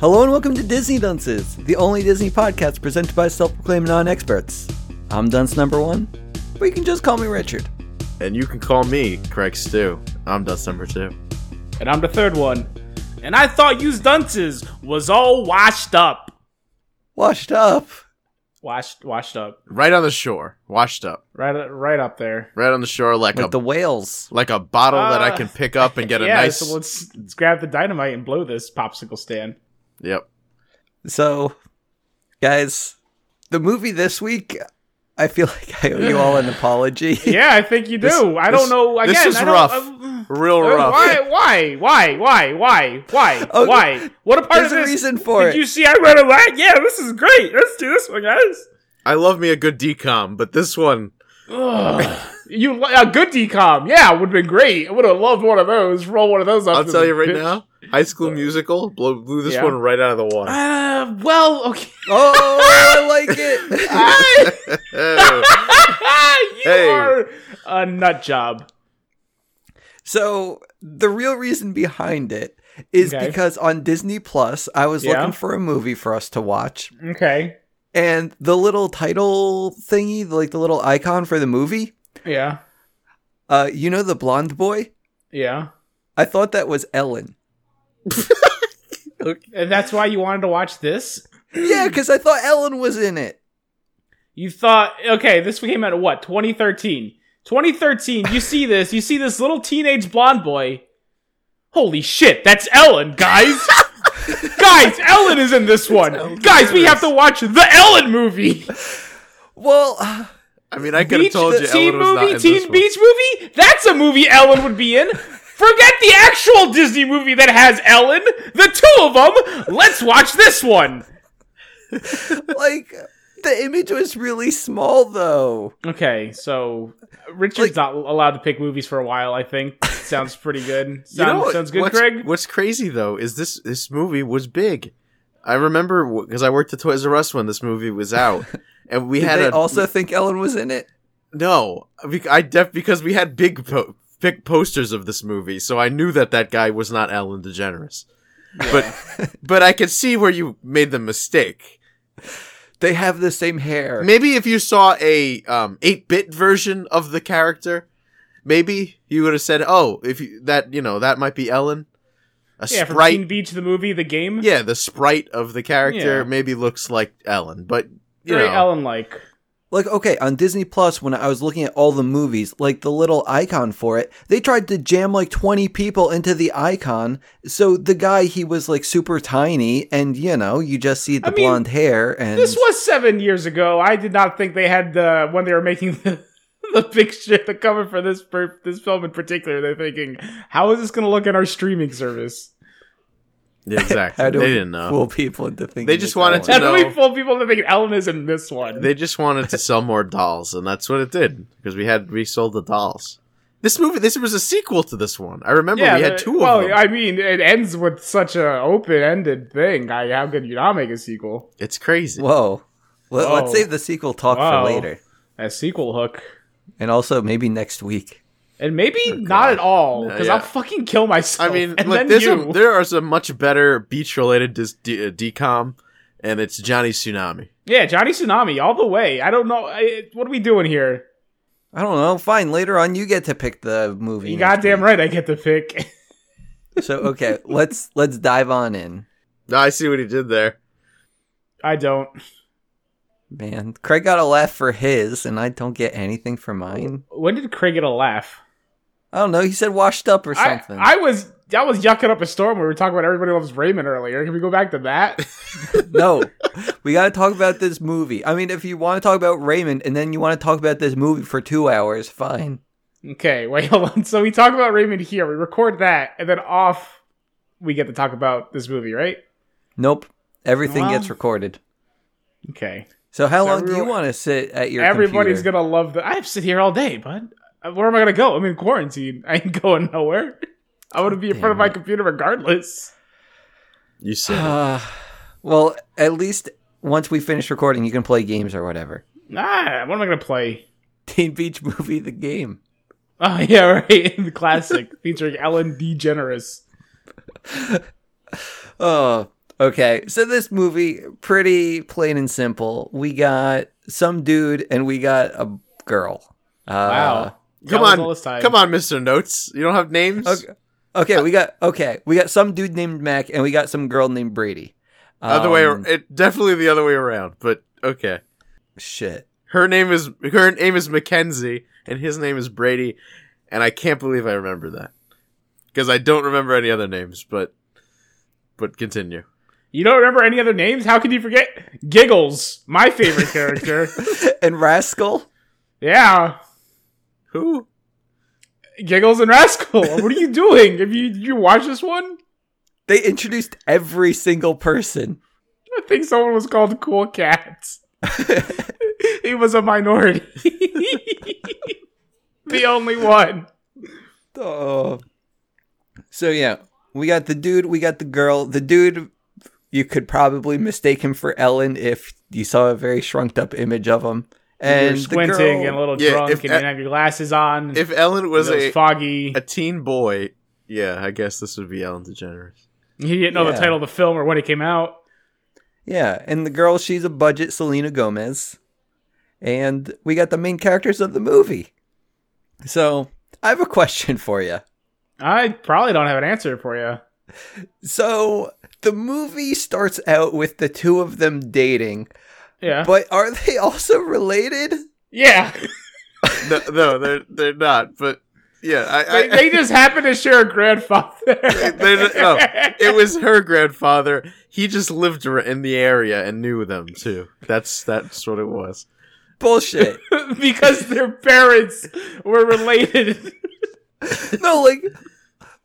Hello and welcome to Disney Dunces, the only Disney podcast presented by self-proclaimed non-experts. I'm Dunce number one, but you can just call me Richard. And you can call me Craig Stew. I'm Dust number two. And I'm the third one. And I thought you dunces was all washed up. Washed up. Washed washed up. Right on the shore, washed up. Right right up there. Right on the shore, like, Like a the whales. like a bottle that I Uh, can pick up and get a yeah, nice. so let's, let's grab the dynamite and blow this popsicle stand. Yep. So, guys, the movie this week, I feel like I owe you all an apology. Yeah, I think you do. I this- don't know. Again, this is I don't, rough. I'm- Real Uh, rough. Why? Why? Why? Why? Why? Why? Oh, why? What a part there's of a this? reason for Did it. you see? I read a lot. Yeah, this is great. Let's do this one, guys. I love me a good decom, but this one, You li- a good decom? Yeah, would have been great. I would have loved one of those. Roll one of those up. I'll to tell the you right bitch. now, High School Musical blew, blew this Yeah. one right out of the water. Uh, well, okay. Oh, I like it. you Hey. are a nut job. so, the real reason behind it is Okay. because on Disney Plus, I was Yeah. looking for a movie for us to watch, Okay. and the little title thingy, like the little icon for the movie, Yeah. Uh, you know the blonde boy? Yeah. I thought that was Ellen. And that's why you wanted to watch this? Yeah, because I thought Ellen was in it. You thought, okay, this came out of what? 2013. 2013, you see this, you see this little teenage blonde boy. Holy shit, that's Ellen, guys! guys, Ellen is in this one! Guys, we have to watch the Ellen movie! Well, uh, I mean, I could have Beach- told the you teen Ellen was not movie, in teen this one. beach movie. That's a movie Ellen would be in. Forget the actual Disney movie that has Ellen. The two of them. Let's watch this one. like the image was really small though. Okay, so uh, Richard's not allowed to pick movies for a while. I think sounds pretty good. Sounds, You know what- sounds good, what's, Craig. What's crazy though is this this movie was big. I remember because I worked at Toys R Us when this movie was out, and we Did had they a also think Ellen was in it? No, bec- I def because we had big po- big posters of this movie, so I knew that that guy was not Ellen DeGeneres. But but I could see where you made the mistake. They have the same hair. Maybe if you saw a um eight bit version of the character, maybe you would have said, "Oh, if you, that you know that might be Ellen." A Yeah, from sprite, Teen Beach, the movie, the game. yeah, the sprite of the character Yeah. maybe looks like Ellen, but you very know, Ellen-like. Like okay, on Disney Plus when I was looking at all the movies, like the little icon for it, they tried to jam like 20 people into the icon. So the guy he was like super tiny and you know, you just see the I mean, blonde hair and This was seven years ago. I did not think they had the when they were making the, the picture, the cover for this per, this film in particular. They're thinking, how is this going to look in our streaming service? yeah, exactly. how do they we didn't know. fool people into thinking They just it's wanted to Ellen? How do No. we fool people into thinking Ellen is in this one? They just wanted to sell more dolls, and that's what it did because we had we sold the dolls. This movie, this was a sequel to this one. I remember we had the- two well, of them. I mean, it ends with such a open-ended thing. I, how could you not make a sequel? it's crazy. Whoa. Let, Whoa. Let's save the sequel talk Wow. for later. A sequel hook. And also maybe next week. And maybe Oh, not at all, because Uh, Yeah. I'll fucking kill myself. I mean, and like then there's you. a, there are some much better beach related dis- d- uh, decom, and it's Johnny Tsunami. yeah, Johnny Tsunami, all the way. I don't know. I, what are we doing here? I don't know. Fine. Later on, you get to pick the movie. You next goddamn week. right, I get to pick. So okay, let's let's dive on in, No, I see what he did there. I don't. man. Craig got a laugh for his, and I don't get anything for mine. When did Craig get a laugh? I don't know. He said washed up or I, something. I was I was yucking up a storm when we were talking about Everybody Loves Raymond earlier. Can we go back to that? No, we got to talk about this movie. I mean, if you want to talk about Raymond and then you want to talk about this movie for two hours, fine. Okay, wait, hold on. So we talk about Raymond here. We record that, and then off we get to talk about this movie, right? Nope, everything Well- gets recorded. Okay. So how long do you everyone- want to sit at your? Everybody's computer? gonna love the. I have to sit here all day, bud. Uh, Where am I gonna go? I'm in quarantine. I ain't going nowhere. I want to be in front of my computer regardless. You said it. Uh, well, at least once we finish recording, you can play games or whatever. Nah, what am I gonna play? Teen Beach Movie, the game. Oh yeah, right. the classic featuring Ellen DeGeneres. Oh, okay. So this movie, pretty plain and simple. We got some dude and we got a girl. Uh, Wow. That Come was all on, this time. come on, Mister Notes. You don't have names. Okay. Okay, we got okay. We got some dude named Mac, and we got some girl named Brady. Other way, Um, it definitely the other way around. But okay, shit. her name is her name is Mackenzie, and his name is Brady, and I can't believe I remember that because I don't remember any other names. But but continue. You don't remember any other names? How could you forget? Giggles, my favorite character. and Rascal. yeah, Who? Giggles and Rascal. What are you doing? Have you did you watch this one? They introduced every single person. I think someone was called Cool Cat. he was a minority. the only one. Oh. So yeah, we got the dude, we got the girl. The dude, you could probably mistake him for Ellen if you saw a very shrunk up image of him. And You're squinting the girl, and a little Yeah, drunk, if- and you didn't have your glasses on. If Ellen was it was a foggy. a teen boy, yeah, I guess this would be Ellen DeGeneres. he didn't know yeah. the title of the film or when it came out. yeah, and the girl, she's a budget Selena Gomez, and we got the main characters of the movie. So I have a question for you. I probably don't have an answer for you. So the movie starts out with the two of them dating, Yeah. but are they also related? yeah. No, no, they're they're not. But yeah, I, I, They, they just happen to share a grandfather. They're not- no. it was her grandfather. He just lived ar- in the area and knew them too. That's that's what it was. Bullshit. because their parents were related. no, like,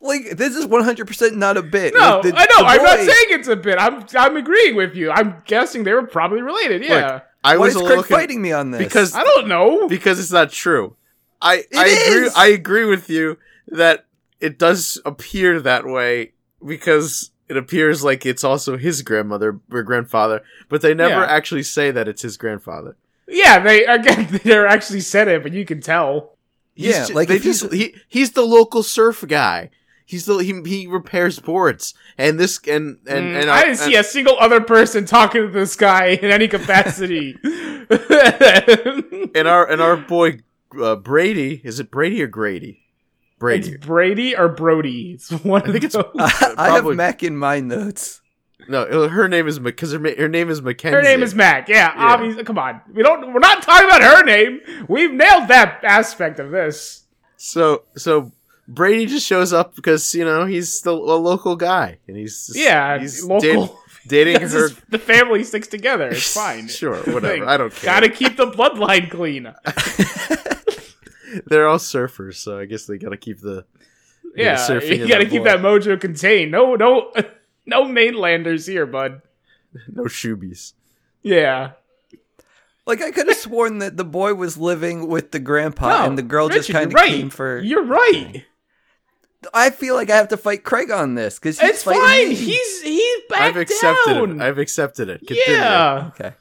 like this is one hundred percent not a bit. No, Like, the- I know. the I'm not boy- saying it's a bit. I'm I'm agreeing with you. I'm guessing they were probably related. Yeah, Look, I Why was is a Craig little con- fighting me on this? because I don't know. because it's not true. I I It agree. is! I agree with you that it does appear that way because it appears like it's also his grandmother or grandfather, but they never Yeah. actually say that it's his grandfather. yeah, they again they never actually said it, but you can tell. He's yeah, ju- like they if he's- just, he he's the local surf guy. He's the he, he repairs boards and this and and, Mm, and I didn't see a single other person talking to this guy in any capacity. and our and our boy uh, Brady is it Brady or Grady? it's Brady. Brady or Brody. It's one. I think it's I have probably- Mac in my notes. No, her name is because her, ma- her name is Mackenzie. her name is Mac. Yeah, Yeah. obviously. Come on, we don't. We're not talking about her name. We've nailed that aspect of this. So so Brady just shows up because you know he's still a local guy and he's just, Yeah, he's local. dat- dating That's her. just- the family sticks together. It's fine. Sure, It's the whatever. I don't care. Gotta keep the bloodline clean. They're all surfers, so I guess they gotta keep the Yeah, surfing you in gotta the keep blood. that mojo contained. No, no, no mainlanders here, bud. no shoebies. Yeah, Like I could have sworn that the boy was living with the grandpa No, Uh, and the girl just Richard, kind of you're right. came for. You're right. I feel like I have to fight Craig on this because It's fine. He's he's back I've accepted down. it. I've accepted it. Continue. yeah. okay.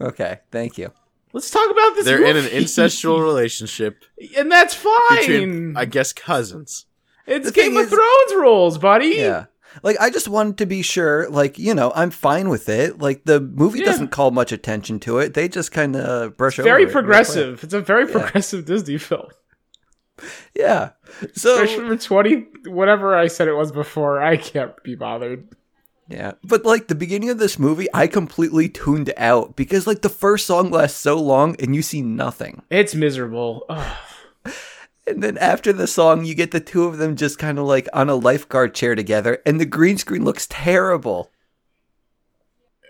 Okay, thank you. Let's talk about this. They're in an movie. incestual relationship and that's fine. between, I guess, cousins. it's The thing Game of is- Thrones rules, buddy. Yeah. Like I just wanted to be sure, like, you know, I'm fine with it. Like the movie Yeah. doesn't call much attention to it. They just kind of brush over it Very real quick. progressive. It's a very progressive Disney film. Yeah. So Fresh number twenty, whatever I said it was before, I can't be bothered. yeah. But like the beginning of this movie, I completely tuned out because like the first song lasts so long and you see nothing. Oh, It's miserable. Ugh. And then after the song, you get the two of them just kind of like on a lifeguard chair together, and the green screen looks terrible.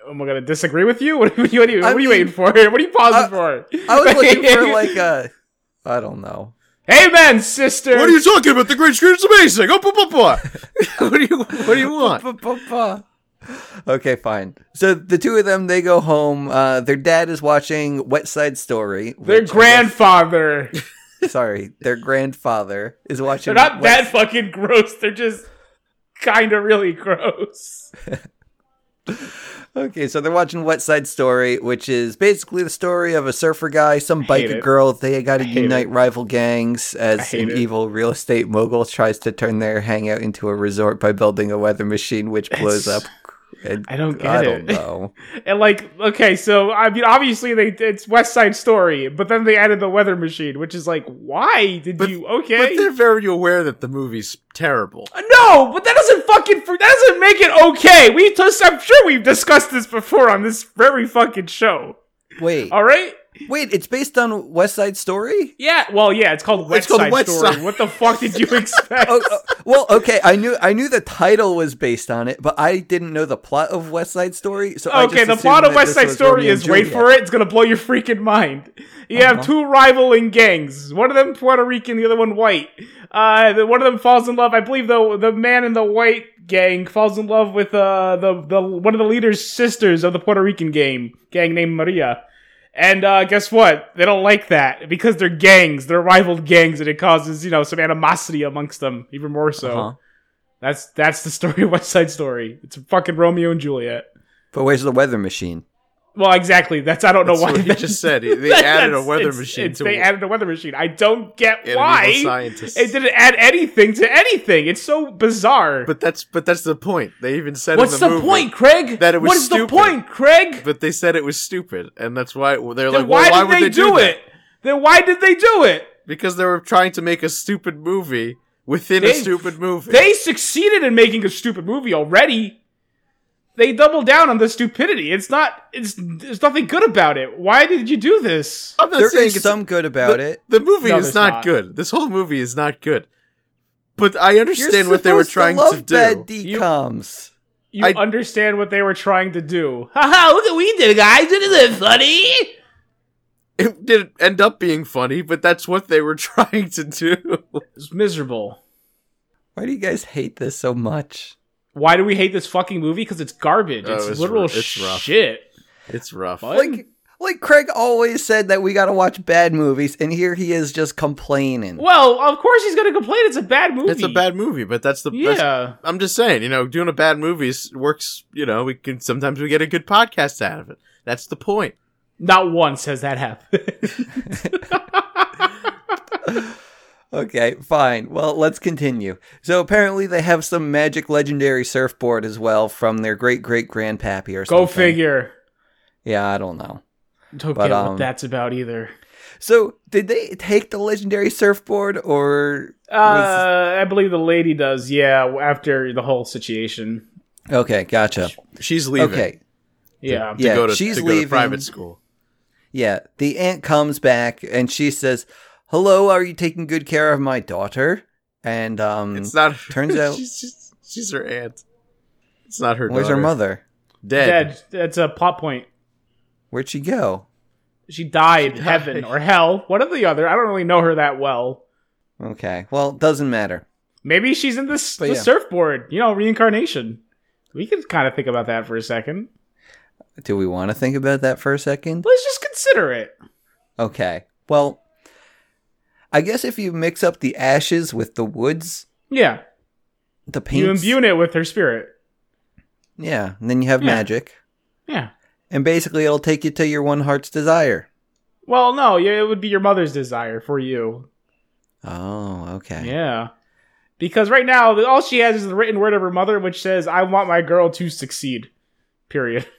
Am I gonna disagree with you? What, what, are, you, what are I you mean- waiting for? What are you pausing I- for? I was looking for like a, I don't know. Amen, sister. What are you talking about? The green screen's amazing. Oh, bah, bah, bah. what do you What do you want? Ba-ba-ba. Okay, fine. So the two of them they go home. Uh, their dad is watching West Side Story. Their which I grandfather. guess- sorry, their grandfather is watching. They're not that West- fucking gross. They're just kind of really gross. Okay, so they're watching West Side Story, which is basically the story of a surfer guy, some biker it. girl. They got to hate unite rival gangs as hate an it. evil real estate mogul tries to turn their hangout into a resort by building a weather machine, which blows It's- up. And I don't get I it. don't know. And like, okay, so I mean, obviously they it's West Side Story, but then they added the weather machine, which is like, why did But- you? But Okay, they're very aware that the movie's terrible. no, but that doesn't fucking that doesn't make it okay. We just I'm sure we've discussed this before on this very fucking show. Wait, All right. wait, it's based on West Side Story. Yeah, well, yeah, it's called West called Side West Story. Side. What the fuck did you expect? Oh, oh, well, okay. I knew I knew the title was based on it, but I didn't know the plot of West Side Story. So I okay, just the assumed plot of that West this Side was Story Romeo and is wait Juliet. Uh-huh. for it, it's gonna blow your freaking mind. You have two rivaling gangs, one of them Puerto Rican, the other one white. Uh, the, one of them falls in love. I believe the the man in the white gang falls in love with uh the the one of the leader's sisters of the Puerto Rican game gang named Maria. And uh, guess what? They don't like that because they're gangs, they're rival gangs, and it causes you know some animosity amongst them even more so. Uh-huh. That's that's the story of West Side Story. It's fucking Romeo and Juliet. But where's the weather machine? Well, exactly. That's I don't know That's why what he that- just said. He- They that- added a that's- weather it's- machine it's- to they added a weather machine. I don't get an evil why scientist. it didn't add anything to anything. It's so bizarre. But that's but that's the point. They even said in What's the, movie point, Craig? that it was what is the stupid. point, Craig? But they said it was stupid, and that's why they're then like, why well, why did would they, do that? it? Then why did they do it? Because they were trying to make a stupid movie within a They- stupid movie. They succeeded in making a stupid movie already. They doubled down on the stupidity. It's not. It's there's nothing good about it. Why did you do this? I'm not There saying is it's some good about the, it. The movie No, is there's not, not. good. This whole movie is not good. But I You're understand what they were supposed trying to, to, love do. Bad decoms. You I- understand what they were trying to do. Haha, look at what we did, guys. Isn't it funny? It didn't end up being funny, but that's what they were trying to do. It's miserable. Why do you guys hate this so much? Why do we hate this fucking movie? Because it's garbage. Oh, it's, it's literal ru- it's rough. shit. It's rough. What? Like, like Craig always said that we got to watch bad movies, and here he is just complaining. Well, of course he's gonna complain. It's a bad movie. It's a bad movie, but that's the that's- Yeah. I'm just saying, you know, doing a bad movie is- works. You know, we can sometimes we get a good podcast out of it. That's the point. Not once has that happened. Okay, fine. Well, let's continue. So apparently they have some magic legendary surfboard as well from their great great grandpappy or Go something. figure. Yeah, I don't know. Don't But, get um, what that's about either. So did they take the legendary surfboard or Uh, I believe the lady does. Yeah, after the whole situation. Okay, gotcha. She's leaving. Okay. Yeah. To Yeah, go to, she's to go leaving. to private school. Yeah, the aunt comes back and she says, "Hello, are you taking good care of my daughter?" And um It's not. turns out- she's, she's, she's her aunt. It's not her. where's her daughter. mother? Dead. Dead. That's a plot point. Where'd she go? She died, heaven or hell, one or the other. I don't really know her that well. Okay. Well, doesn't matter. Maybe she's in this But the yeah. surfboard, you know, reincarnation. We could kind of think about that for a second. Do we want to think about that for a second? Let's just consider it. Okay. Well, I guess if you mix up the ashes with the woods, Yeah, the paints, you imbue it with her spirit. yeah, and then you have Yeah. magic, Yeah. and basically it'll take you to your one heart's desire. Well, no, yeah, it would be your mother's desire for you. Oh, okay. Yeah. Because right now, all she has is the written word of her mother, which says, I want my girl to succeed. Period.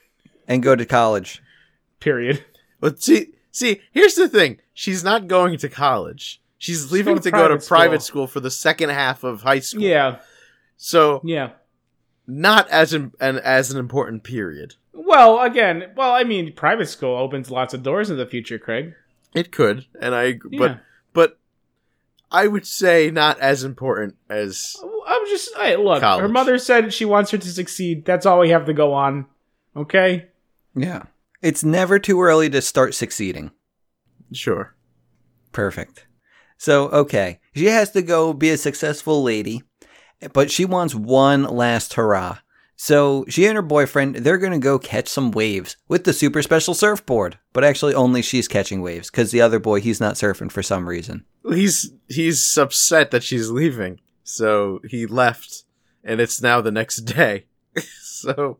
And go to college. Period. But see, see, here's the thing. She's not going to college. She's leaving going to to go to private private school. school for the second half of high school. Yeah. So Yeah. not as an, an as an important period. Well, again, well, I mean, private school opens lots of doors in the future, Craig. It could, and I. Yeah. But but I would say not as important as I'm just hey, look. Her College. mother said she wants her to succeed. That's all we have to go on. Okay. Yeah. It's never too early to start succeeding. sure. Perfect. So, okay. She has to go be a successful lady, but she wants one last hurrah. So, she and her boyfriend, they're going to go catch some waves with the super special surfboard. But actually, only she's catching waves because the other boy, he's not surfing for some reason. He's he's upset that she's leaving, so he left, and it's now the next day. so,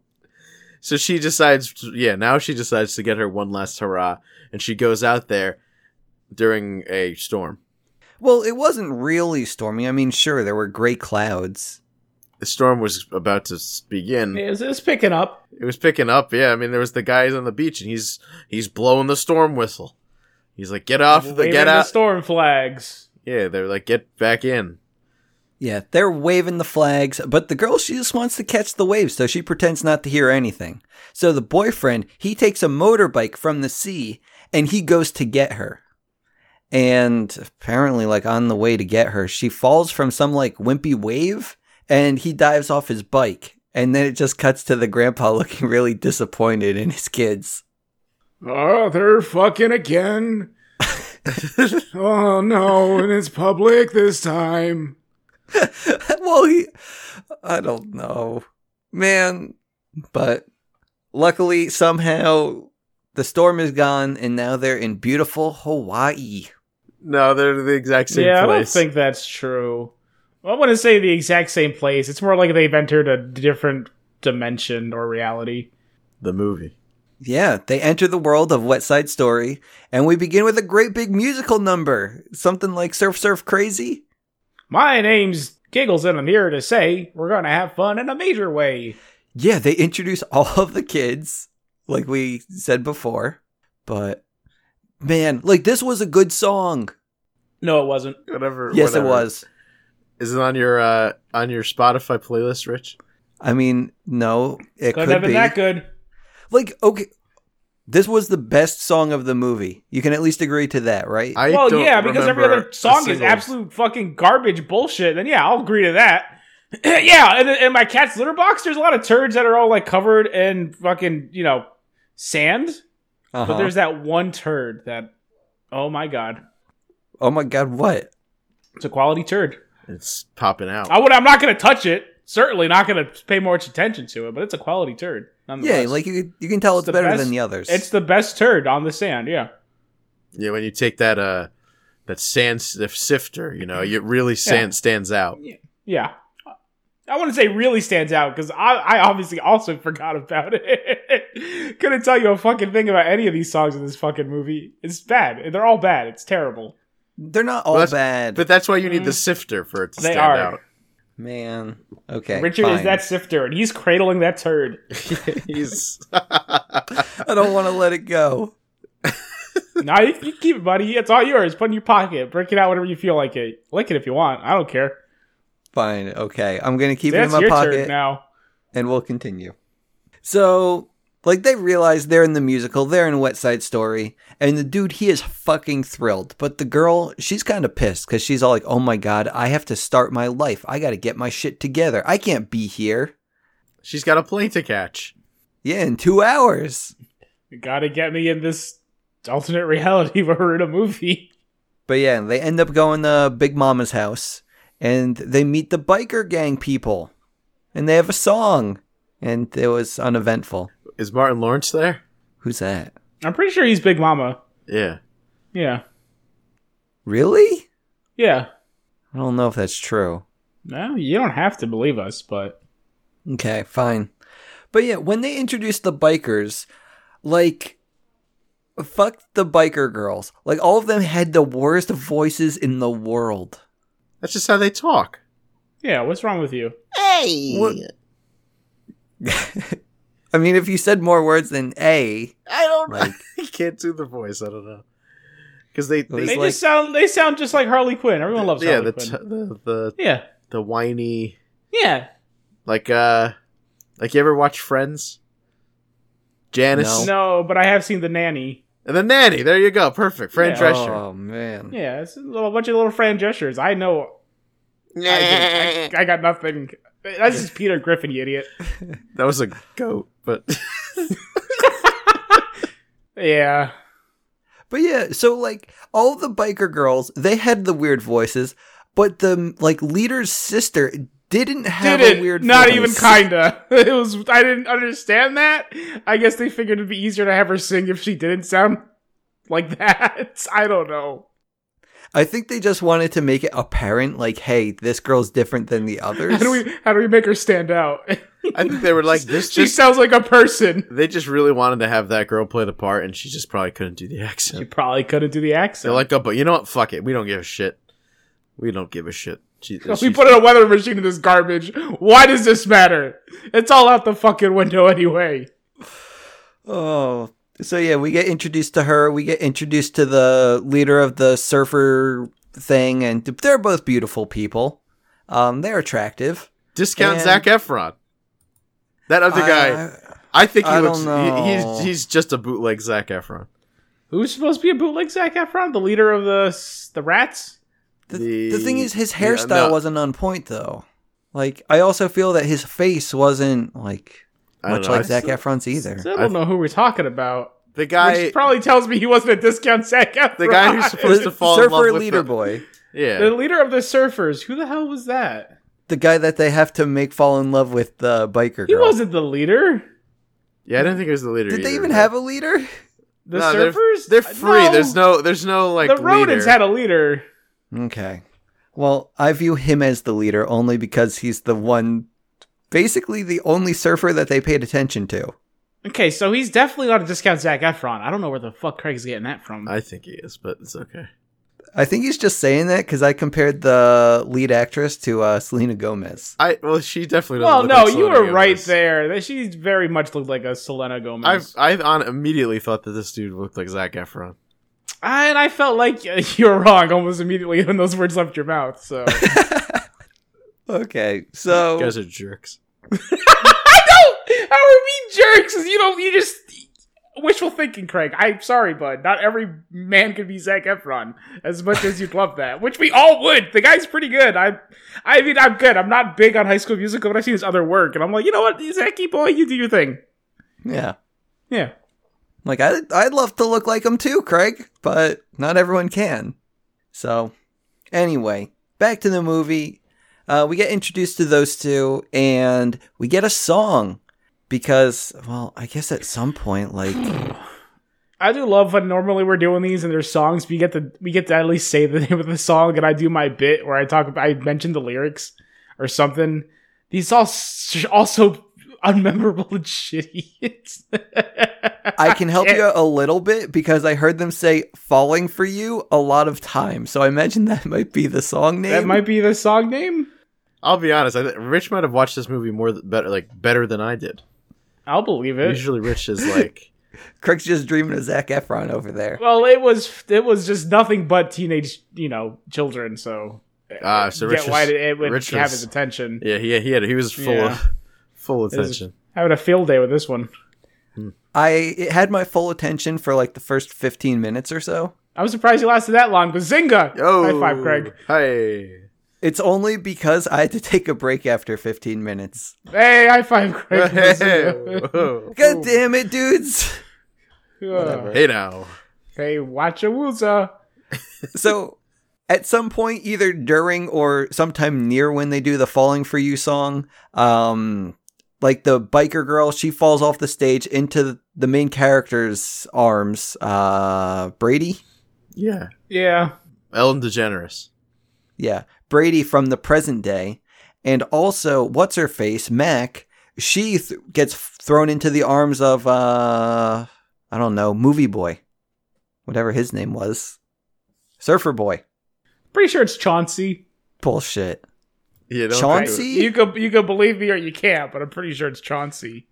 so she decides. to- yeah, now she decides to get her one last hurrah, and she goes out there during a storm. Well, it wasn't really stormy. I mean, sure, there were gray clouds. The storm was about to s- begin. It's, it's picking up. It was picking up. Yeah, I mean, there was the guys on the beach, and he's he's blowing the storm whistle. He's like, "Get off the Waving get out." storm flags. yeah, they're like, "Get back in." Yeah, they're waving the flags, but the girl, she just wants to catch the waves, so she pretends not to hear anything. So the boyfriend, he takes a motorbike from the sea and he goes to get her. And apparently, like on the way to get her, she falls from some like wimpy wave and he dives off his bike. And then it just cuts to the grandpa looking really disappointed in his kids. Oh, they're fucking again. oh no, and it's public this time. well, he, I don't know, man. But luckily, somehow the storm is gone, and now they're in beautiful Hawaii. No, they're the exact same yeah, place. I don't think that's true. I want to say the exact same place. It's more like they've entered a different dimension or reality. the movie. Yeah, they enter the world of West Side Story, and we begin with a great big musical number, something like Surf Surf Crazy. My name's Giggles, and I'm here to say we're gonna have fun in a major way. Yeah, they introduce all of the kids, like we said before. But man, like this was a good song. No, it wasn't. Whatever. Yes, whatever. it was. Is it on your uh on your Spotify playlist, Rich? I mean, no, Couldn't it could have been be. that good. Like, okay, this was the best song of the movie. You can at least agree to that, right? I well, don't yeah, because every remember other a song is single- absolute fucking garbage bullshit. Then yeah, I'll agree to that. yeah, and in my cat's litter box, there's a lot of turds that are all like covered in fucking you know sand. Uh-huh. But there's that one turd that, oh my god, oh my god, what? it's a quality turd. It's popping out. I would. I'm not going to touch it. Certainly not going to pay much attention to it. But it's a quality turd. Yeah, nonetheless. like you, you can tell it's, the better best- than the others. it's the best turd on the sand. Yeah, Yeah, when you take that uh that sand sif- sifter, you know, it really sand stands out. yeah. I want to say really stands out because I, I obviously also forgot about it. Couldn't tell you a fucking thing about any of these songs in this fucking movie. It's bad. They're all bad. It's terrible. They're not all Well, that's- bad, But that's why you need the Mm. sifter for it to They stand are. out. man. Okay, Richard is fine. that sifter, and he's cradling that turd. He's I don't want to let it go. nah, you, you keep it, buddy. It's all yours. Put it in your pocket. Break it out whenever you feel like it. Lick it if you want. I don't care. Fine, okay. I'm gonna keep That's it in my your pocket. turd now. and we'll continue. So, like, they realize they're in the musical, they're in Wet Side Story, and the dude, he is fucking thrilled. But the girl, she's kind of pissed because she's all like, oh my God, I have to start my life. I got to get my shit together. I can't be here. she's got a plane to catch. Yeah, in two hours. You gotta get me in this alternate reality where we're in a movie. But yeah, they end up going to Big Mama's house and they meet the biker gang people and they have a song. And it was uneventful. Is Martin Lawrence there? Who's that? I'm pretty sure he's Big Mama. Yeah. Yeah. Really? Yeah. I don't know if that's true. No, you don't have to believe us, but Okay, fine. But yeah, when they introduced the bikers, like fuck the biker girls. Like all of them had the worst voices in the world. That's just how they talk. yeah, what's wrong with you? Hey! What- I mean, if you said more words than A, I don't like I can't do the voice. I don't know because they, was They they like- just sound they sound just like Harley Quinn. Everyone loves yeah Harley the, Quinn. t- the the yeah. the whiny Yeah. like uh like you ever watch Friends? No. Janice. No, but I have seen the nanny. And the nanny. There you go. Perfect. Fran Yeah. Drescher. Oh man. Yeah, it's a little bunch of little Fran gestures. I know. I, did- I, I got nothing. That's just Peter Griffin, you idiot. That was a goat, but Yeah. But yeah, so like all the biker girls, they had the weird voices, but the like leader's sister didn't have Did a it? weird Not voice. even kinda. It was. I didn't understand that. I guess they figured it'd be easier to have her sing if she didn't sound like that. I don't know. I think they just wanted to make it apparent like hey, this girl's different than the How others. do we? How do we make her stand out? I think they were like this. she Just sounds like a person. they just really wanted to have that girl play the part, and she just probably couldn't do the She accent. probably couldn't do the They're accent. like, oh, but you know what? Fuck it. We don't give a shit. We don't give a shit. She, we she's- put in a weather machine in this garbage. Why does this matter? It's all out the fucking window anyway. oh. So yeah, we get introduced to her, we get introduced to the leader of the surfer thing and they're both beautiful people. Um they're attractive. discount and- Zach Efron. That other guy. I- I think he I looks. don't know. He, he's he's just a bootleg Zach Efron. Who's supposed to be a bootleg Zac Efron? The leader of the s- the rats? The, The- the thing is, his yeah, hairstyle no. wasn't on point though. Like, I also feel that his face wasn't like I don't much know. like I Zach still- Efron's either. So I don't know who we're talking about. The Which guy. probably tells me he wasn't a discount Zac Efron. The guy who's supposed to fall in surfer love with leader the- boy, the Yeah. leader of the surfers. Who the hell was that? the guy that they have to make fall in love with the biker girl. He wasn't the leader. Yeah. I didn't think it was the leader. Did they either, even but- have a leader? The No, they're- surfers? Uh, They're free. There's no. There's no like. the rodents leader. had a leader. Okay. Well, I view him as the leader only because he's the one, basically the only surfer that they paid attention to. Okay, so he's definitely not a discount Zac Efron. I don't know where the fuck Craig's getting that from. I think he is, but it's okay. I think he's just saying that because I compared the lead actress to uh, Selena Gomez. I well, she definitely. well, Doesn't no, look like you Selena were right Gomez. there. That She very much looked like a Selena Gomez. I I on immediately thought that this dude looked like Zach Efron. I- and I felt like uh, you were wrong almost immediately when those words left your mouth. So I Okay, so You guys are jerks. don't. How are we jerks? You know, you just wishful thinking, Craig. I'm sorry, bud. Not every man could be Zac Efron as much as you'd love that, which we all would. The guy's pretty good. I, I mean, I'm good. I'm not big on High School Musical, but I see his other work, and I'm like, you know what, Zachy boy, you do your thing. yeah. Yeah. Like I I'd love to look like him too, Craig, but not everyone can. So anyway, back to the movie. Uh, we get introduced to those two and we get a song because well, I guess at some point like I do love when normally we're doing these and there's songs. We get to we get to at least say the name of the song, and I do my bit where I talk. about I mention the lyrics or something. These all s- also unmemorable and shitty. It's- I can help Shit. you out a little bit because I heard them say falling for you a lot of times. So I imagine that might be the song name. That might be the song name. I'll be honest. I th- Rich might have watched this movie more th- better, like better than I did. I'll believe it. Usually, Rich is like, Craig's just dreaming of Zach Efron over there. Well, it was it was just nothing but teenage, you know, children. So ah, so Rich. get why was- it, it would Rich have was- his attention. yeah, he he had he was full of full was- attention. Having a field day with this one. I it had my full attention for like the first 15 minutes or so. I'm surprised you lasted that long. Bazinga! Oh, High five, Craig. Hey, It's only because I had to take a break after 15 minutes. Hey, high five, Craig. hey, Bazinga. whoa. God damn it, dudes! Uh, hey now. hey, watch uh, a wooza. so, at some point, either during or sometime near when they do the "Falling for You" song, um, like the biker girl, she falls off the stage into the main character's arms. Uh, Brady, Yeah, Yeah. Ellen DeGeneres. yeah, Brady from the present day, and also what's her face, Mac. She th- gets thrown into the arms of uh, I don't know, movie boy, whatever his name was, surfer boy. Pretty sure it's Chauncey. Bullshit. You know, Chauncey? You could you could believe me or you can't, but I'm pretty sure it's Chauncey.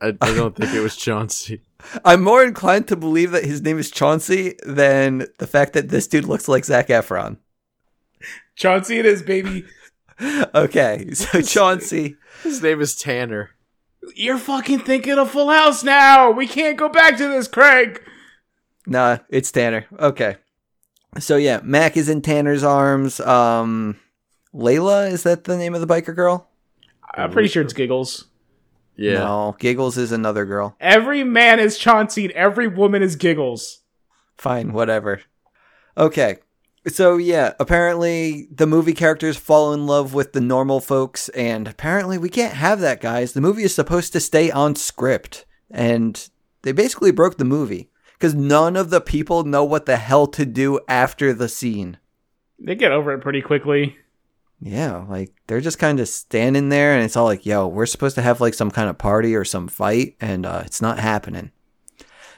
I, I don't think it was Chauncey. I'm more inclined to believe that his name is Chauncey than the fact that this dude looks like Zach Efron. Chauncey it is, baby. Okay, so Chauncey. His name is Tanner. You're fucking thinking of Full House now. We can't go back to this, Craig. Nah, it's Tanner. Okay. So yeah, Mac is in Tanner's arms. Um Layla, is that the name of the biker girl? I'm pretty sure it's Giggles. Yeah. No, Giggles is another girl. Every man is Chauncey and every woman is Giggles. Fine, whatever. Okay. So yeah, apparently the movie characters fall in love with the normal folks and apparently we can't have that guys. The movie is supposed to stay on script and they basically broke the movie cuz none of the people know what the hell to do after the scene. They get over it pretty quickly. Yeah, like they're just kind of standing there and it's all like, yo, we're supposed to have like some kind of party or some fight and uh, it's not happening.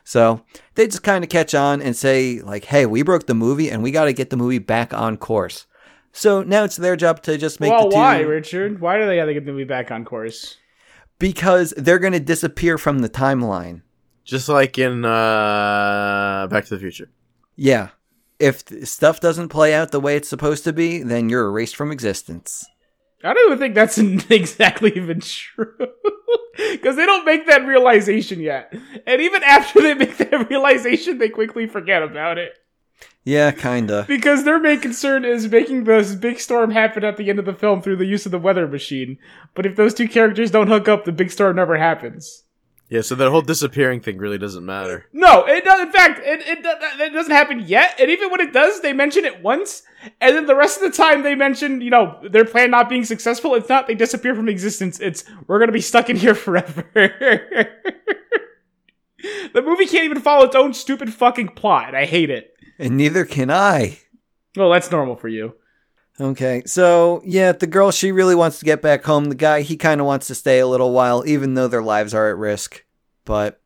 So they just kind of catch on and say, like, hey, we broke the movie and we got to get the movie back on course. So now it's their job to just make well, the two why, Richard? Why do they gotta get the movie back on course? because they're going to disappear from the timeline. Just like in uh, Back to the Future. Yeah. If th- stuff doesn't play out the way it's supposed to be, then you're erased from existence. I don't even think that's exactly even true. Because they don't make that realization yet. And even after they make that realization, they quickly forget about it. Yeah, kind of. Because their main concern is making this big storm happen at the end of the film through the use of the weather machine. But if those two characters don't hook up, the big storm never happens. Yeah, so that whole disappearing thing really doesn't matter. No, it does. In fact, it, it, do- it doesn't happen yet. And even when it does, they mention it once. And then the rest of the time, they mention, you know, their plan not being successful. It's not they disappear from existence. It's we're going to be stuck in here forever. the movie can't even follow its own stupid fucking plot. and I hate it. And neither can I. Well, that's normal for you. Okay, so yeah, the girl, she really wants to get back home. The guy, he kind of wants to stay a little while, even though their lives are at risk. But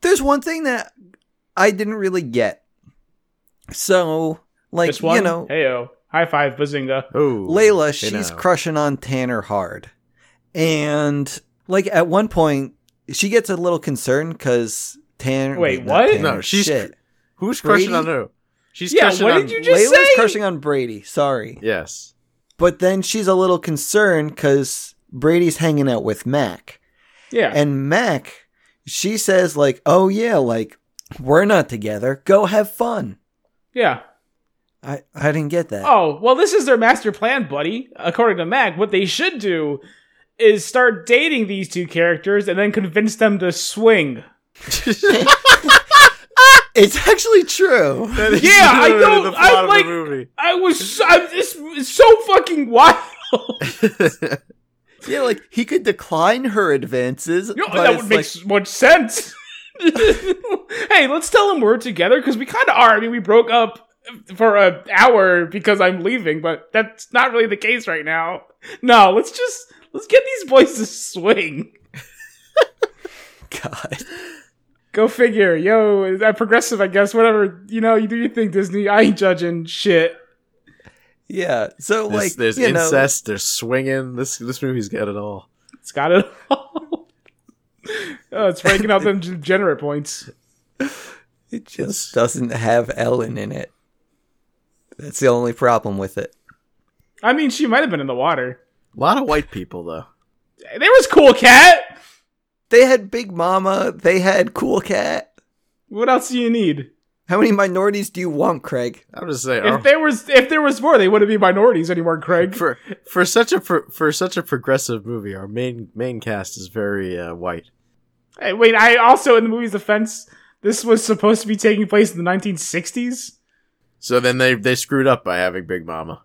there's one thing that I didn't really get. So, like, this one, you know, heyo, high five, bazinga. Oh, Layla, hey she's now. crushing on Tanner hard. And, like, at one point, she gets a little concerned because Tanner. Wait, not what? Tanner, No, she's- Shit. Who's Brady? crushing on who? She's Yeah, crushing what on. did you just Layla's say? crushing on Brady. Sorry. Yes. But then she's a little concerned because Brady's hanging out with Mac. Yeah. And Mac, she says, like, oh yeah, like, we're not together. Go have fun. yeah. I, I didn't get that. Oh, well, this is their master plan, buddy. According to Mac, what they should do is start dating these two characters and then convince them to swing. It's actually true. That is Yeah, I literally don't- the I plot of the like- movie. I was so, I, this is so fucking wild. yeah, like, he could decline her advances. You know, but that it's would make like- s much sense. hey, let's tell them we're together because we kind of are. I mean, we broke up for an hour because I'm leaving, but that's not really the case right now. No, let's just let's get these boys to swing. God. Go figure. Yo, is that progressive, I guess. Whatever. You know, you do your thing, Disney. I ain't judging shit. Yeah. So, There's, like, there's you know, incest. There's swinging. This this movie's got it all. It's got it all. oh, it's breaking out them degenerate points. it just doesn't have Ellen in it. That's the only problem with it. I mean, she might have been in the water. A lot of white people though. There was Cool Cat. They had Big Mama, they had Cool Cat. What else do you need? How many minorities do you want, Craig? I'm just saying. our- If there was, if there was more, they wouldn't be minorities anymore, Craig. for for such a for, for such a progressive movie, our main main cast is very uh, white. Hey, wait, I also in the movie's defense, this was supposed to be taking place in the 1960s. So then they they screwed up by having Big Mama,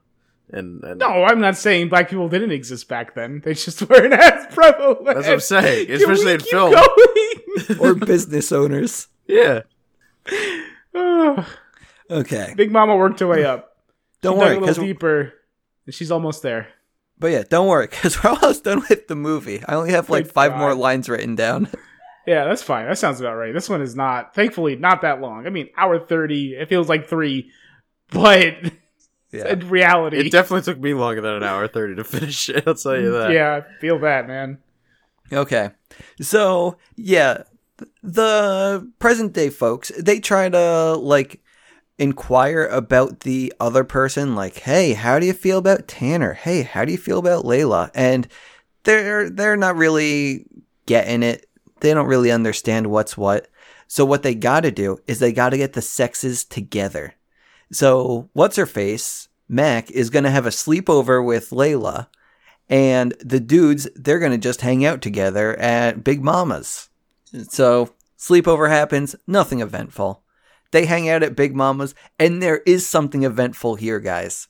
and, and No, I'm not saying black people didn't exist back then. They just weren't as prevalent. that's what I'm saying, Can we especially in keep film. going? Or business owners? Yeah, Ugh. Okay. Big Mama worked her way up. Don't She worry, dug a 'cause- little deeper, and she's almost there. but yeah, don't worry, because we're almost done with the movie. I only have like Good five God. more lines written down. Yeah, that's fine. That sounds about right. This one is not, thankfully, not that long. I mean, hour thirty. It feels like three, but Yeah. in reality, it definitely took me longer than an hour thirty to finish it. I'll tell you that. yeah, I feel that, man. Okay. So yeah, the present day folks they try to like inquire about the other person, like, hey, how do you feel about Tanner? Hey, how do you feel about Layla? And they're they're not really getting it. They don't really understand what's what. So what they got to do is they got to get the sexes together. So what's her face? Mac is going to have a sleepover with Layla, and the dudes they're going to just hang out together at Big Mama's. So sleepover happens, nothing eventful. They hang out at Big Mama's, and there is something eventful here, guys.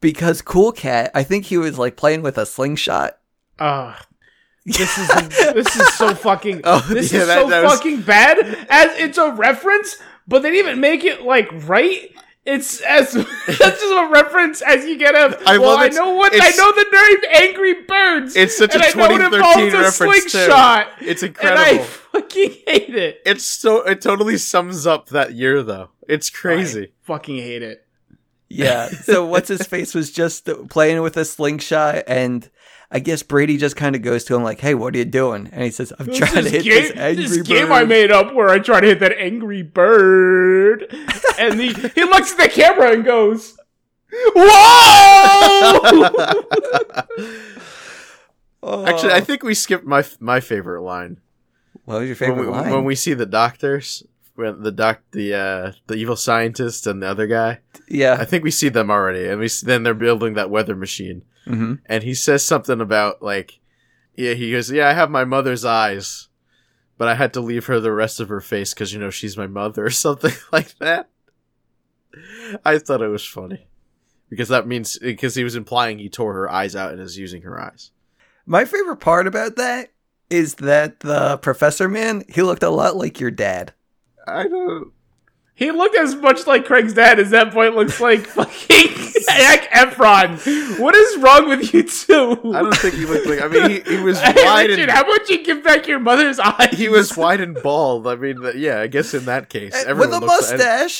Because Cool Cat, I think he was like playing with a slingshot. Ugh. This is this is so fucking Oh, this yeah, is that- so that was- fucking bad as it's a reference, but they didn't even make it like right. It's as that's just a reference as you get of. I I well, love I it's- know what I it's- know the name Angry Birds. It's such a and I know it 2013 involves a reference too. slingshot, It's And I incredible. fucking hate it. It's so it totally sums up that year though. It's crazy. Fucking hate it. Yeah. So what's his face was just playing with a slingshot, and I guess Brady just kind of goes to him like, "Hey, what are you doing?" And he says, "I'm This trying to is hit game, this angry this bird." game I made up where I try to hit that angry bird, and he he looks at the camera and goes, "Whoa!" Oh. Actually, I think we skipped my my favorite line. what was your When favorite we, line? when we see the doctors, when the doc, the uh, the evil scientist and the other guy. I yeah. think we see them already, and we s then they're building that weather machine. hmm and he says something about like yeah he goes yeah i have my mother's eyes but i had to leave her the rest of her face because you know she's my mother or something like that i thought it was funny because that means because he was implying he tore her eyes out and is using her eyes My favorite part about that is that the professor man he looked a lot like your dad. i don't He looked as much like Craig's dad as that point looks like fucking Zac Efron. What is wrong with you two? i don't think he looked like i mean he, he was Hey, wide Richard, and how about you give back your mother's eyes? he was wide and bald i mean th- yeah i guess in that case Eh, everyone With a looks like- mustache.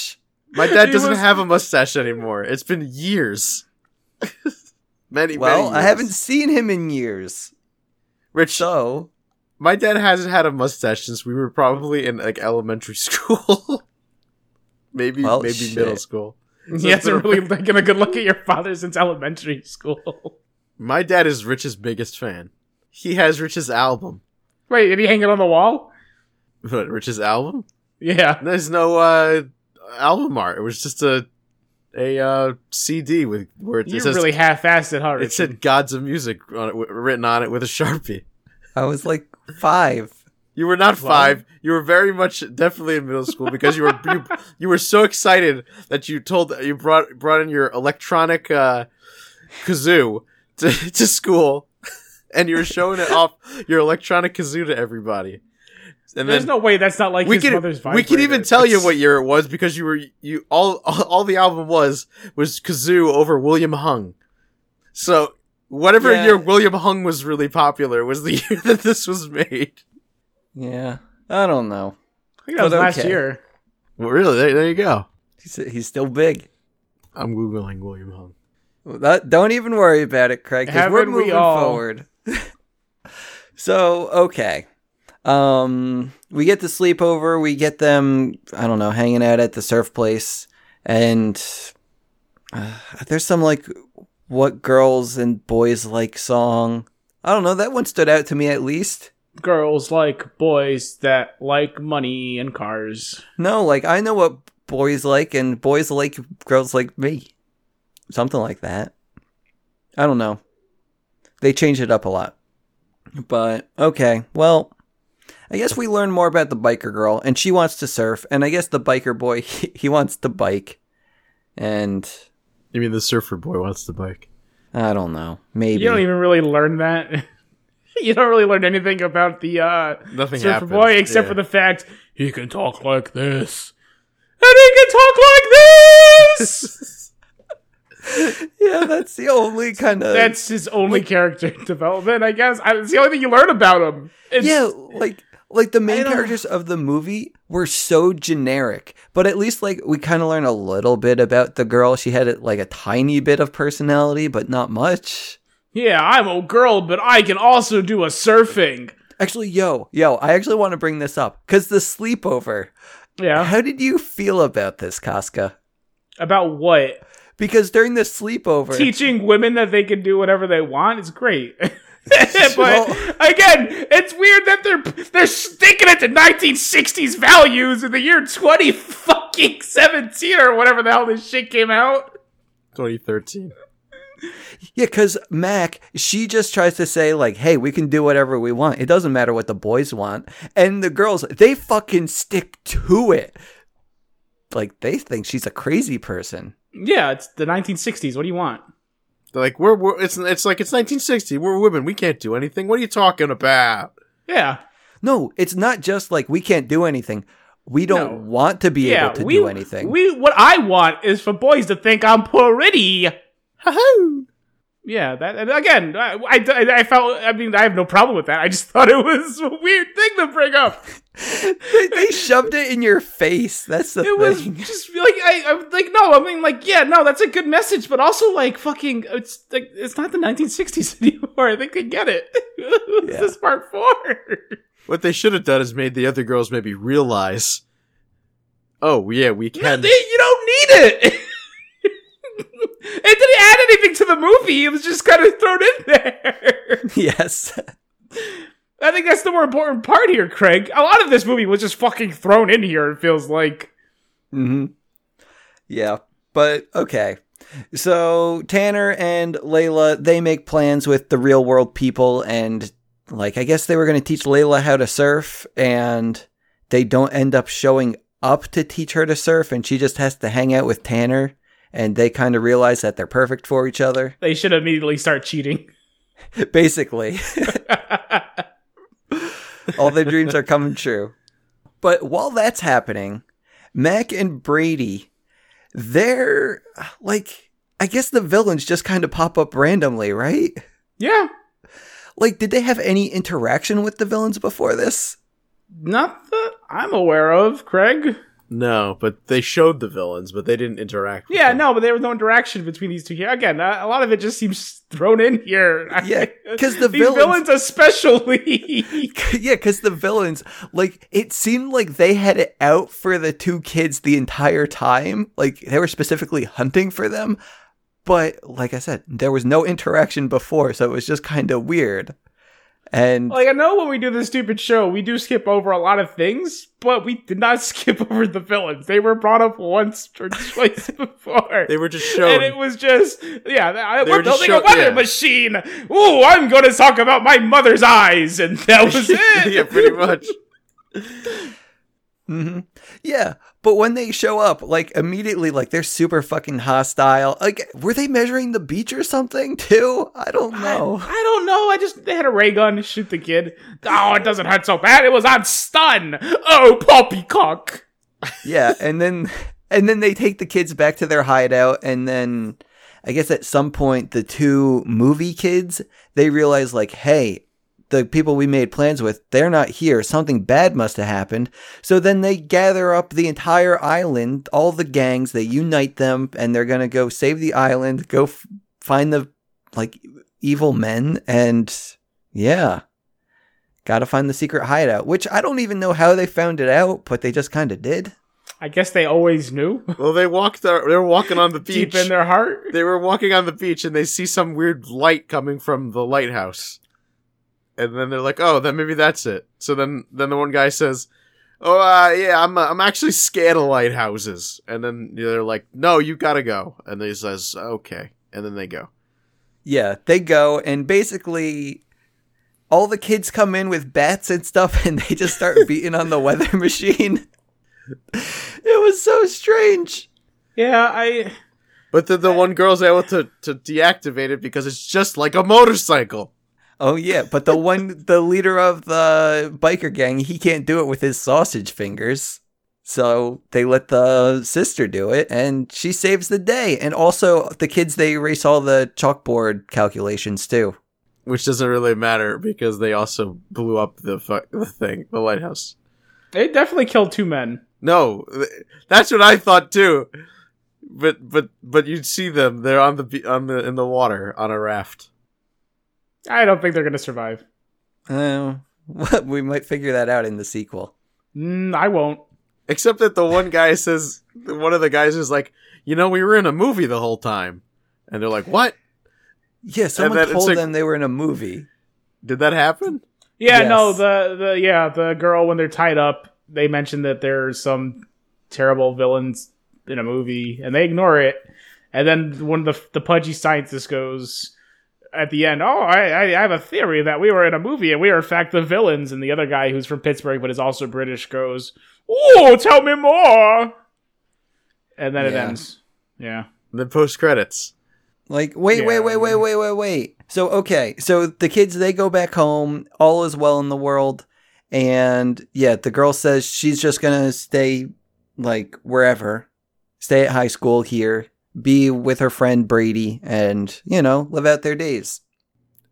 my dad He doesn't was- have a mustache anymore it's been years many well, many I years. haven't seen him in years. rich So My dad hasn't had a mustache since we were probably in like elementary school, maybe Well, maybe shit. middle school. He hasn't really taken a good look at your father since elementary school. My dad is Rich's biggest fan. He has Rich's album. Wait, did he hang it on the wall? What, Rich's album? Yeah. There's no uh, album art. It was just a a uh, CD with where it You says really half-assed it, huh? it Richard? said "Gods of Music" on it, w- written on it with a sharpie. I was like five. You were not five. You were very much definitely in middle school because you were you, you were so excited that you told you brought brought in your electronic uh, kazoo to, to school, and you were showing it off your electronic kazoo to everybody. And There's then no way that's not like we his can mother's vibrator. we can even tell you what year it was because you were you all all the album was was kazoo over William Hung. So whatever Yeah. year William Hung was really popular was the year that this was made. Yeah. I don't know. I think that was But last okay. year. Well, really, there, there you go. He's, he's still big. I'm googling William Hung. That, don't even worry about it, Craig, because we're Haven't we moving all? forward. so, okay. Um, we get the sleepover. We get them, I don't know, hanging out at the surf place. And uh, there's some like what girls and boys like song. I don't know. That one stood out to me at least. Girls like boys that like money and cars. No, like I know what boys like, and boys like girls like me. Something like that. I don't know. They change it up a lot. But okay, well, I guess we learn more about the biker girl, and she wants to surf, and I guess the biker boy he, he wants to bike, and You mean the surfer boy wants the bike? I don't know, maybe. You don't even really learn that. you don't really learn anything about the uh, Nothing Surfer happened. Boy except Yeah. for the fact he can talk like this. And he can talk like this! yeah, that's the only kind of That's his only character development, I guess. I, it's the only thing you learn about him. It's, yeah, like like the main don't- characters of the movie were so generic, but at least like we kind of learn a little bit about the girl. She had like a tiny bit of personality, but not much. Yeah, I'm a girl, but I can also do a surfing. Actually, yo, yo, I actually want to bring this up because the sleepover. Yeah. How did you feel about this, Casca? About what? Because during the sleepover, Teaching women that they can do whatever they want is great. but again, it's weird that they're they're sticking it to 1960s values in the year 20 fucking 17 or whatever the hell this shit came out. 2013. Yeah, because Mac, she just tries to say, like, hey, we can do whatever we want. It doesn't matter what the boys want. And the girls, they fucking stick to it. Like, they think she's a crazy person. Yeah, it's the 1960s. What do you want? They're like, we're, we're it's it's like it's 1960. We're women. We can't do anything. What are you talking about? Yeah, No, it's not just like we can't do anything. We don't No. want to be yeah. able to we, do anything. We what I want is for boys to think I'm pretty. Ha-hoo. Yeah, that and again, I, I, I felt. I mean, I have no problem with that. I just thought it was a weird thing to bring up. they, they shoved it in your face. That's the it was thing. just like I, I'm like no, I mean like yeah, no, that's a good message, but also like fucking, it's like it's not the 1960s anymore. I think I get it. this is part four. What they should have done is made the other girls maybe realize. Oh yeah, we No, can. they- you don't need it. it didn't add anything to the movie. It was just kind of thrown in there. yes. I think that's the more important part here, Craig. A lot of this movie was just fucking thrown in here. It feels like. hmm Yeah, but okay. So Tanner and Layla they make plans with the real world people, and like I guess they were going to teach Layla how to surf, and they don't end up showing up to teach her to surf, and she just has to hang out with Tanner, and they kind of realize that they're perfect for each other, They should immediately start cheating. basically. All their dreams are coming true. But while that's happening, Mac and Brady, they're like, I guess the villains just kind of pop up randomly, right? yeah, Like, did they have any interaction with the villains before this? not that I'm aware of, Craig. no, but they showed the villains, but they didn't interact. with Yeah, them. no, but there was no interaction between these two here. Again, uh, a lot of it just seems thrown in here. Yeah, 'cause the These villains- especially. yeah, because the villains, like, it seemed like they had it out for the two kids the entire time. Like, they were specifically hunting for them. But, like I said, there was no interaction before, so it was just kind of weird. And like I know when we do this stupid show, we do skip over a lot of things, but we did not skip over the villains. They were brought up once or twice before. they were just and shown. it was just, yeah, I, They we're were just building a show- weather yeah. machine. Ooh, I'm going to talk about my mother's eyes, and that was it. yeah, pretty much. hmm Yeah, but when they show up, like immediately, like they're super fucking hostile. Like, were they measuring the beach or something too? I don't know. I don't know. I just they had a ray gun to shoot the kid. Oh, it doesn't hurt so bad. It was on stun. Oh, poppycock. yeah, and then and then they take the kids back to their hideout, and then I guess at some point the two movie kids they realize like, hey, the people we made plans with they're not here. Something bad must have happened. So then they gather up the entire island, all the gangs. They unite them, and they're gonna go save the island, go f- find the like evil men, and yeah. Gotta find the secret hideout, which I don't even know how they found it out, but they just kind of did. I guess they always knew Well, they walked. They were walking on the beach. deep in their heart. they were walking on the beach and they see some weird light coming from the lighthouse. And then they're like, "Oh, then maybe that's it." So then then the one guy says, "Oh, uh, yeah, I'm uh, I'm actually scared of lighthouses." And then they're like, "No, you got to go." And he says, "Okay." And then they go. Yeah, they go and basically all the kids come in with bats and stuff and they just start beating on the weather machine. it was so strange. Yeah, I. But then the one girl's able to to deactivate it because it's just like a motorcycle. Oh yeah, but the one the leader of the biker gang, he can't do it with his sausage fingers. So they let the sister do it and she saves the day. And also the kids they erase all the chalkboard calculations too. Which doesn't really matter because they also blew up the fu- the thing, the lighthouse. They definitely killed two men. No, th- that's what I thought too. But but but you'd see them. They're on the be- on the in the water on a raft. I don't think they're gonna survive. Oh, we might figure that out in the sequel. Mm, I won't. Except that the one guy says one of the guys is like, you know, we were in a movie the whole time, and they're like, what? Yeah, someone that it's told like- them they were in a movie. Did that happen? Yeah, no, Yes. the the yeah, the girl when they're tied up, they mention that there's some terrible villains in a movie, and they ignore it. And then one of the the pudgy scientist goes at the end, "Oh, I I I have a theory that we were in a movie and we were in fact the villains." And the other guy who's from Pittsburgh but is also British goes, "Oh, tell me more." And then it Yeah. ends. Yeah. And then post credits. Like, wait, Yeah, wait, I wait, wait, wait, wait, wait. So, okay. So the kids, they go back home. All is well in the world. And yeah, the girl says she's just going to stay like wherever, stay at high school here, be with her friend Brady, and, you know, live out their days.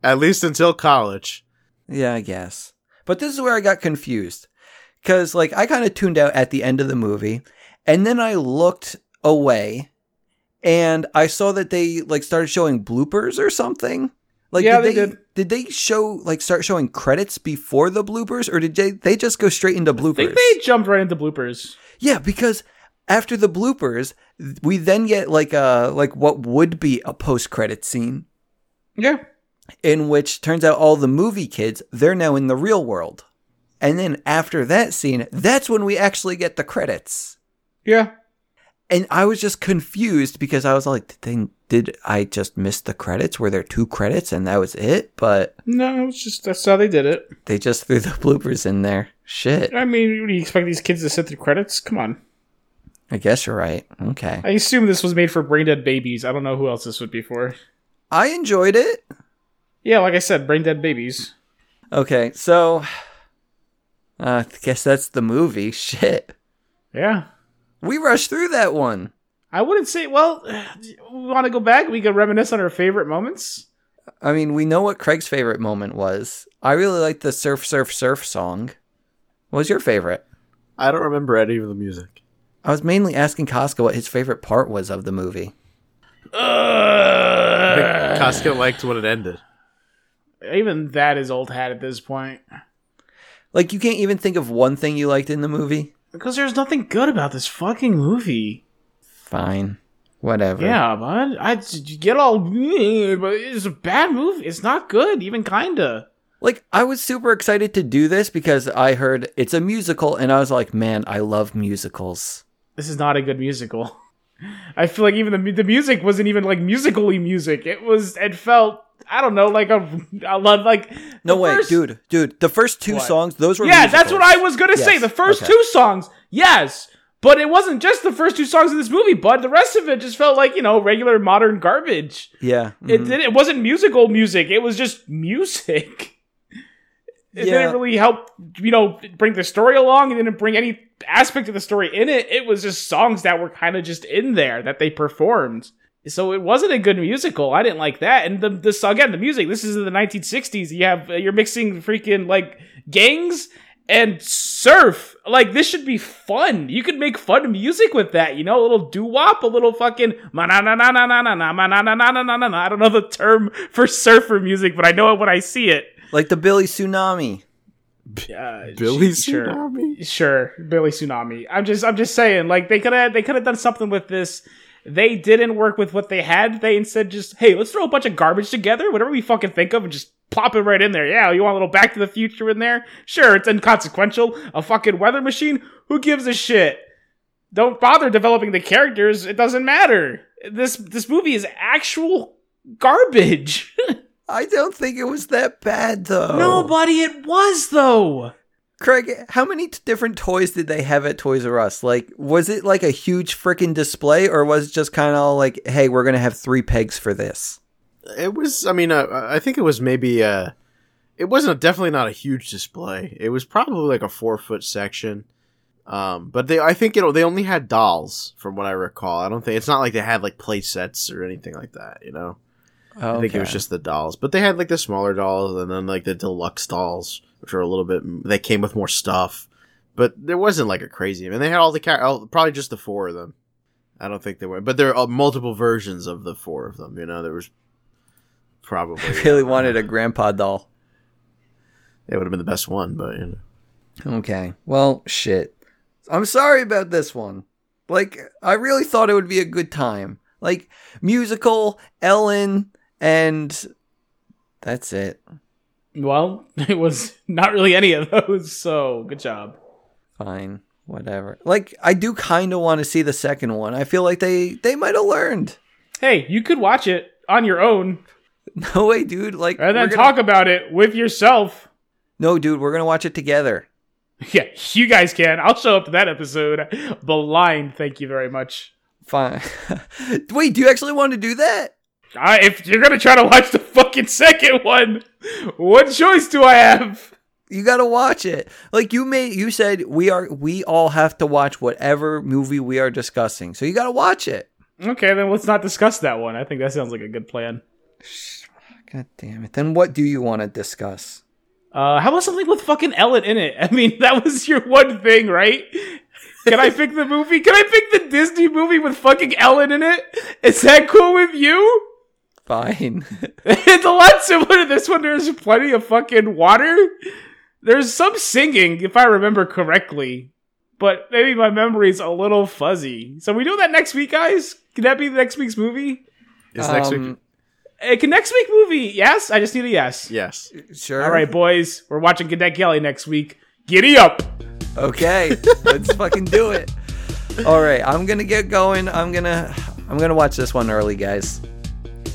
At least until college. Yeah, I guess. But this is where I got confused. Because, like, I kind of tuned out at the end of the movie. And then I looked away and I saw that they, like, started showing bloopers or something. Like, Yeah, did they they, did. did they show, like, start showing credits before the bloopers or did they, they just go straight into bloopers? I think they jumped right into bloopers. Yeah, because after the bloopers, th- we then get, like, a, like, what would be a post credit scene Yeah. in which turns out all the movie kids they're now in the real world and then after that scene that's when we actually get the credits Yeah. and i was just confused because i was like did, they, did i just miss the credits were there two credits and that was it but No, it's just that's how they did it. they just threw the bloopers in there shit I mean, what do you expect these kids to sit through credits? Come on. i guess you're right okay I assume this was made for brain dead babies. I don't know who else this would be for. i enjoyed it Yeah, like I said, brain dead babies. okay so uh, i guess that's the movie shit Yeah. we rushed through that one I wouldn't say, well, we want to go back. We could reminisce on our favorite moments. I mean, we know what Craig's favorite moment was. I really liked the surf, surf, surf song. What was your favorite? I don't remember any of the music. I was mainly asking Costco what his favorite part was of the movie. I think Costco liked when it ended. Even that is old hat at this point. Like, you can't even think of one thing you liked in the movie. Because there's nothing good about this fucking movie. Fine, whatever. Yeah, man. I you get all, but it's a bad movie. It's not good, even kinda. Like, I was super excited to do this because I heard it's a musical, and I was like, man, I love musicals. this is not a good musical. I feel like even the mu- the music wasn't even like musically music. It was it felt I don't know like a I love like the No way, first- dude, dude. The first two What? songs, those were Yeah, that's musicals. what I was gonna say. Yes, The first okay. two songs, yes, but it wasn't just the first two songs in this movie. But the rest of it just felt like you know regular modern garbage. Yeah, It mhm. did. It wasn't musical music. It was just music. It Yeah. didn't really help, you know, bring the story along. It didn't bring any aspect of the story in it. It was just songs that were kind of just in there that they performed. So it wasn't a good musical. I didn't like that. And the this again, the music. This is in the 1960s. You have you're mixing freaking like gangs and surf. Like this should be fun. You could make fun music with that, you know, a little doo wop, a little fucking ma na na na na na na na ma na na na na na na na. I don't know the term for surfer music, but I know it when I see it. like the Billy Tsunami. Uh, Billy sh- sure. Tsunami? Sure, Billy Tsunami. I'm just I'm just saying, like they could have they could have done something with this. They didn't work with what they had. They instead just, hey, let's throw a bunch of garbage together, whatever we fucking think of, and just plop it right in there. Yeah, you want a little Back to the Future in there? Sure, it's inconsequential. A fucking weather machine? Who gives a shit? Don't bother developing the characters. It doesn't matter. This this movie is actual garbage. I don't think it was that bad though. Nobody, Oh. it was though. Craig, how many t- different toys did they have at Toys R Us? Like, was it like a huge freaking display, or was it just kind of like, hey, we're gonna have three pegs for this? It was. I mean, uh, I think it was maybe. Uh, it wasn't definitely not a huge display. It was probably like a four foot section. Um, but they, I think it. They only had dolls, from what I recall. I don't think it's not like they had like play sets or anything like that. You know, I think it was just the dolls. But they had like the smaller dolls, and then like the deluxe dolls, which are a little bit. They came with more stuff, but there wasn't like a crazy. I mean, they had all the car- all- probably just the four of them. I don't think they were, but there are uh, multiple versions of the four of them. You know, there was probably. I really wanted a grandpa doll. It would have been the best one, but you know. Okay, well, shit. I'm sorry about this one. Like, I really thought it would be a good time. Like, musical, Ellen, and that's it. Well, it was not really any of those, so good job. Fine, whatever. Like I do kind of want to see the second one. I feel like they they might have learned. Hey, you could watch it on your own No way, dude. Like and we're then gonna- talk about it with yourself. No, dude, we're gonna watch it together. Yeah, you guys can. I'll show up to that episode blind. Thank you very much. Fine. Wait, do you actually want to do that? I, if you're gonna try to watch the fucking second one, what choice do I have? You gotta watch it. Like you made you said we are we all have to watch whatever movie we are discussing. So you gotta watch it. Okay, then let's not discuss that one. I think that sounds like a good plan. God damn it. Then what do you want to discuss? Uh, how about something with fucking Ellen in it? I mean, that was your one thing, right? Can I pick the movie? Can I pick the Disney movie with fucking Ellen in it? Is that cool with you? Fine. it's a lot similar to this one. There's plenty of fucking water. There's some singing, if I remember correctly, but maybe my memory's a little fuzzy. So we doing that next week, guys? Can that be the next week's movie? Is next week? Um, Uh, can next week movie? Yes, I just need a yes. Yes. Sure. All right, boys, we're watching Cadet Kelly next week. Giddy up! Okay. Let's fucking do it. All right. I'm gonna get going. I'm gonna I'm gonna watch this one early, guys.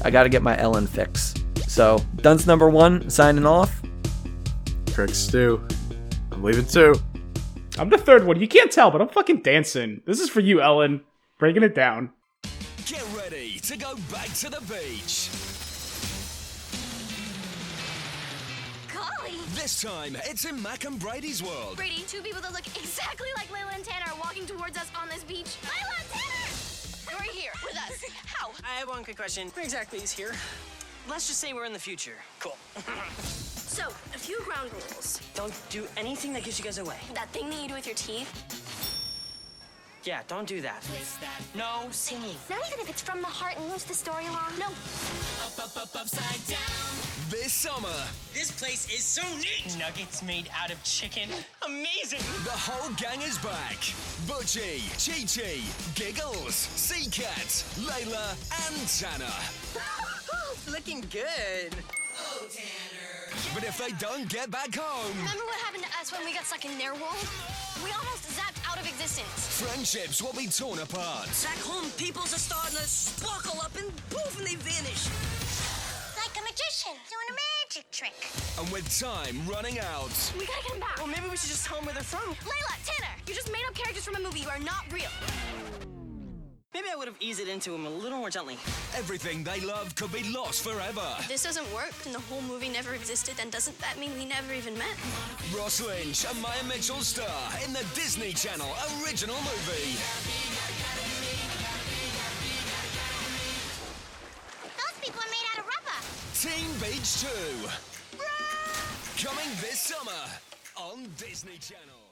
I gotta get my Ellen fix. So Dunce number one signing off. Craig Stew. I'm leaving too. I'm the third one. You can't tell, but I'm fucking dancing. This is for you, Ellen. Breaking it down. Get ready to go back to the beach. Golly! This time, it's in Mac and Brady's world. Brady, two people that look exactly like Layla and Tanner are walking towards us on this beach. Layla and Tanner! You're here with us. How? I have one good question. Where exactly is here? Let's just say we're in the future. Cool. So, a few ground rules. Don't do anything that gives you guys away. That thing that you do with your teeth, Yeah, don't do that. No singing. not even if it's from the heart and moves the story along. No, This summer, This place is so neat. Nuggets made out of chicken. Amazing. the whole gang is back. Butchie, Chi Chi, Giggles, Sea Cat, Layla, and Tanner. Looking good. But if they don't get back home, remember what happened to us when we got stuck in their world? We almost zapped out of existence. friendships will be torn apart. Back home, peoples are starting to sparkle up and poof, and they vanish. Like a magician doing a magic trick. And with time running out, We gotta get him back. Well, maybe we should just tell them where they're from. Layla, Tanner, you just made up characters from a movie. You are not real. Maybe I would have eased it into him a little more gently. everything they love could be lost forever. This doesn't work, and the whole movie never existed, then doesn't that mean we never even met? Ross Lynch and Maya Mitchell star in the Disney Channel original movie. Those people are made out of rubber. Teen Beach 2. Coming this summer on Disney Channel.